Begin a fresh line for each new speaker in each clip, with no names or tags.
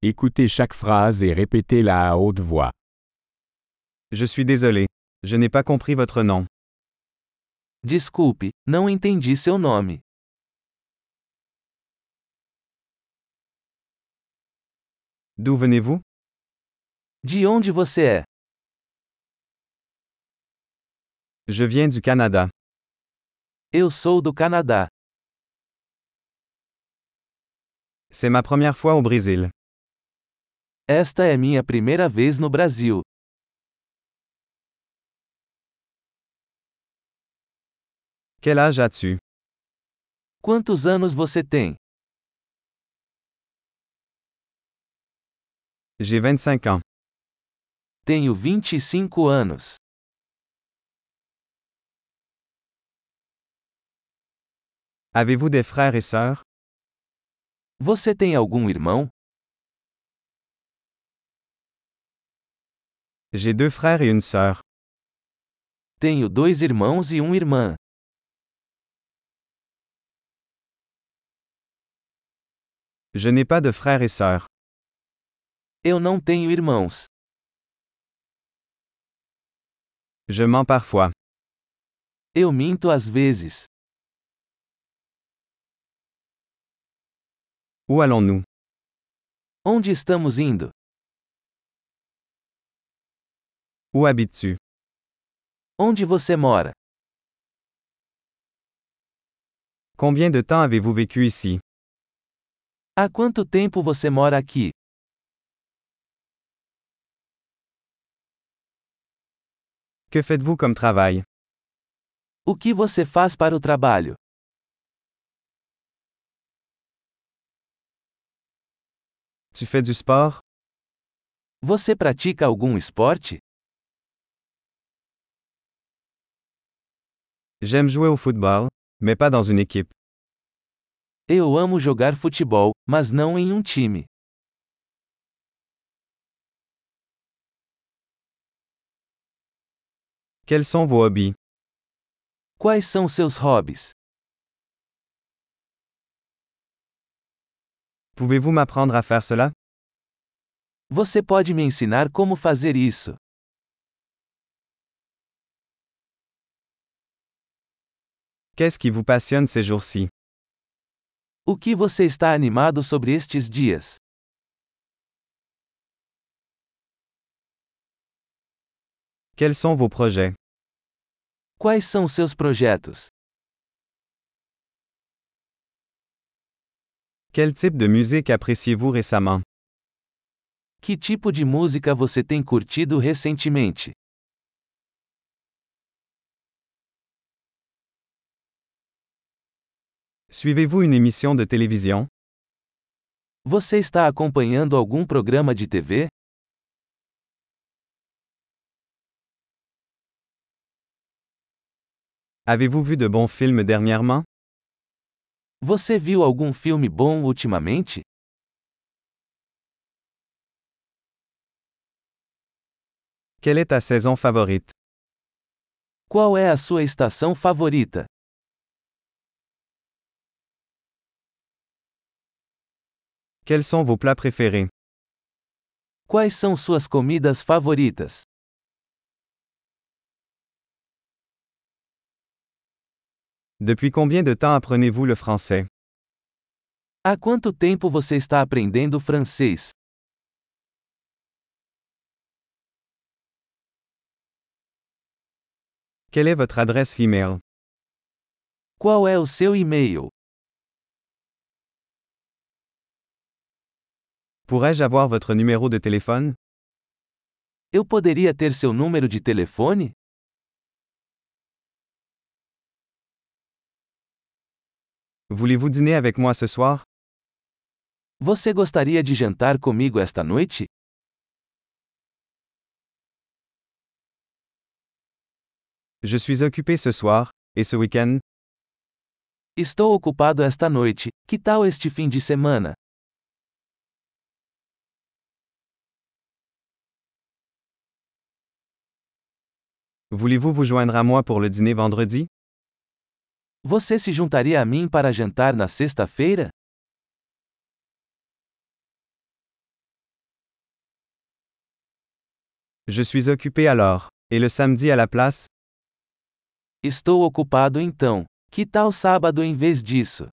Écoutez chaque phrase et répétez-la à haute voix.
Je suis désolé. Je n'ai pas compris votre nom.
Desculpe, não entendi seu nome.
D'où venez-vous
De onde você é?
Je viens du Canada.
Eu sou do Canadá.
C'est ma première fois au Brésil.
Esta é minha primeira vez no Brasil.
Quel âge as-tu
Quantos anos você tem?
J'ai 25 ans.
Tenho 25 anos.
Avez-vous des frères et sœurs
Você tem algum irmão?
J'ai deux frères et une sœur.
Tenho dois irmãos e uma irmã.
Je n'ai pas de frères et sœurs.
Eu não tenho irmãos.
Je mens parfois.
Eu minto às vezes.
Où allons-nous
Onde estamos indo?
Où habites-tu
Onde você mora?
Combien de temps avez-vous vécu ici
Há quanto tempo você mora aqui?
Que faites-vous comme travail
O que você faz para o trabalho?
Tu fais du sport
Você pratica algum esporte?
J'aime jouer au football, mais pas dans une équipe.
Eu amo jogar futebol, mas não em um time.
Quels sont vos hobbies
Quais são seus hobbies?
Pouvez-vous m'apprendre à faire cela
Você pode me ensinar como fazer isso?
Qu'est-ce qui vous passionne ces jours-ci
O que você está animado sobre estes dias?
Quels sont vos projets
Quais são seus projetos?
Quel type de musique appréciez-vous récemment
Que tipo de música você tem curtido recentemente?
Suivez-vous une émission de télévision
Você está acompanhando algum programa de TV?
Avez-vous vu de bons films dernièrement
Você viu algum filme bom ultimamente?
Quelle est ta saison favorite
Qual é a sua estação favorita?
Quels sont vos plats préférés
Quais são suas comidas favoritas?
Depuis combien de temps apprenez-vous le français
Há quanto tempo você está aprendendo francês?
Quelle est votre adresse e-mail
Qual é o seu e-mail?
Pourrais-je avoir votre numéro de téléphone
Eu poderia ter seu número de telefone?
Voulez-vous dîner avec moi ce soir
Você gostaria de jantar comigo esta noite?
Je suis occupé ce soir, et ce week-end,
Estou ocupado esta noite, que tal este fim de semana?
voulez-vous vous joindre à moi pour le dîner vendredi
Você se juntaria a mim para jantar na sexta-feira?
Je suis occupé alors. Et le samedi à la place?
Estou ocupado então. Que tal sábado em vez disso?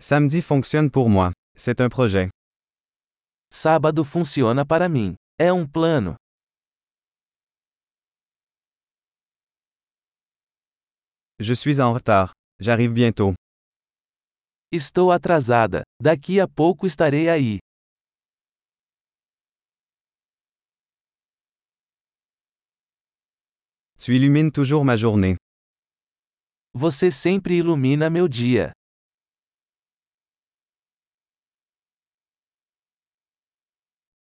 Samedi fonctionne pour moi. C'est un projet.
Sábado funciona para mim. É um plano.
Je suis en retard. J'arrive bientôt.
Estou atrasada. Daqui a pouco estarei aí.
Tu illumines toujours ma journée.
Você sempre ilumina meu dia.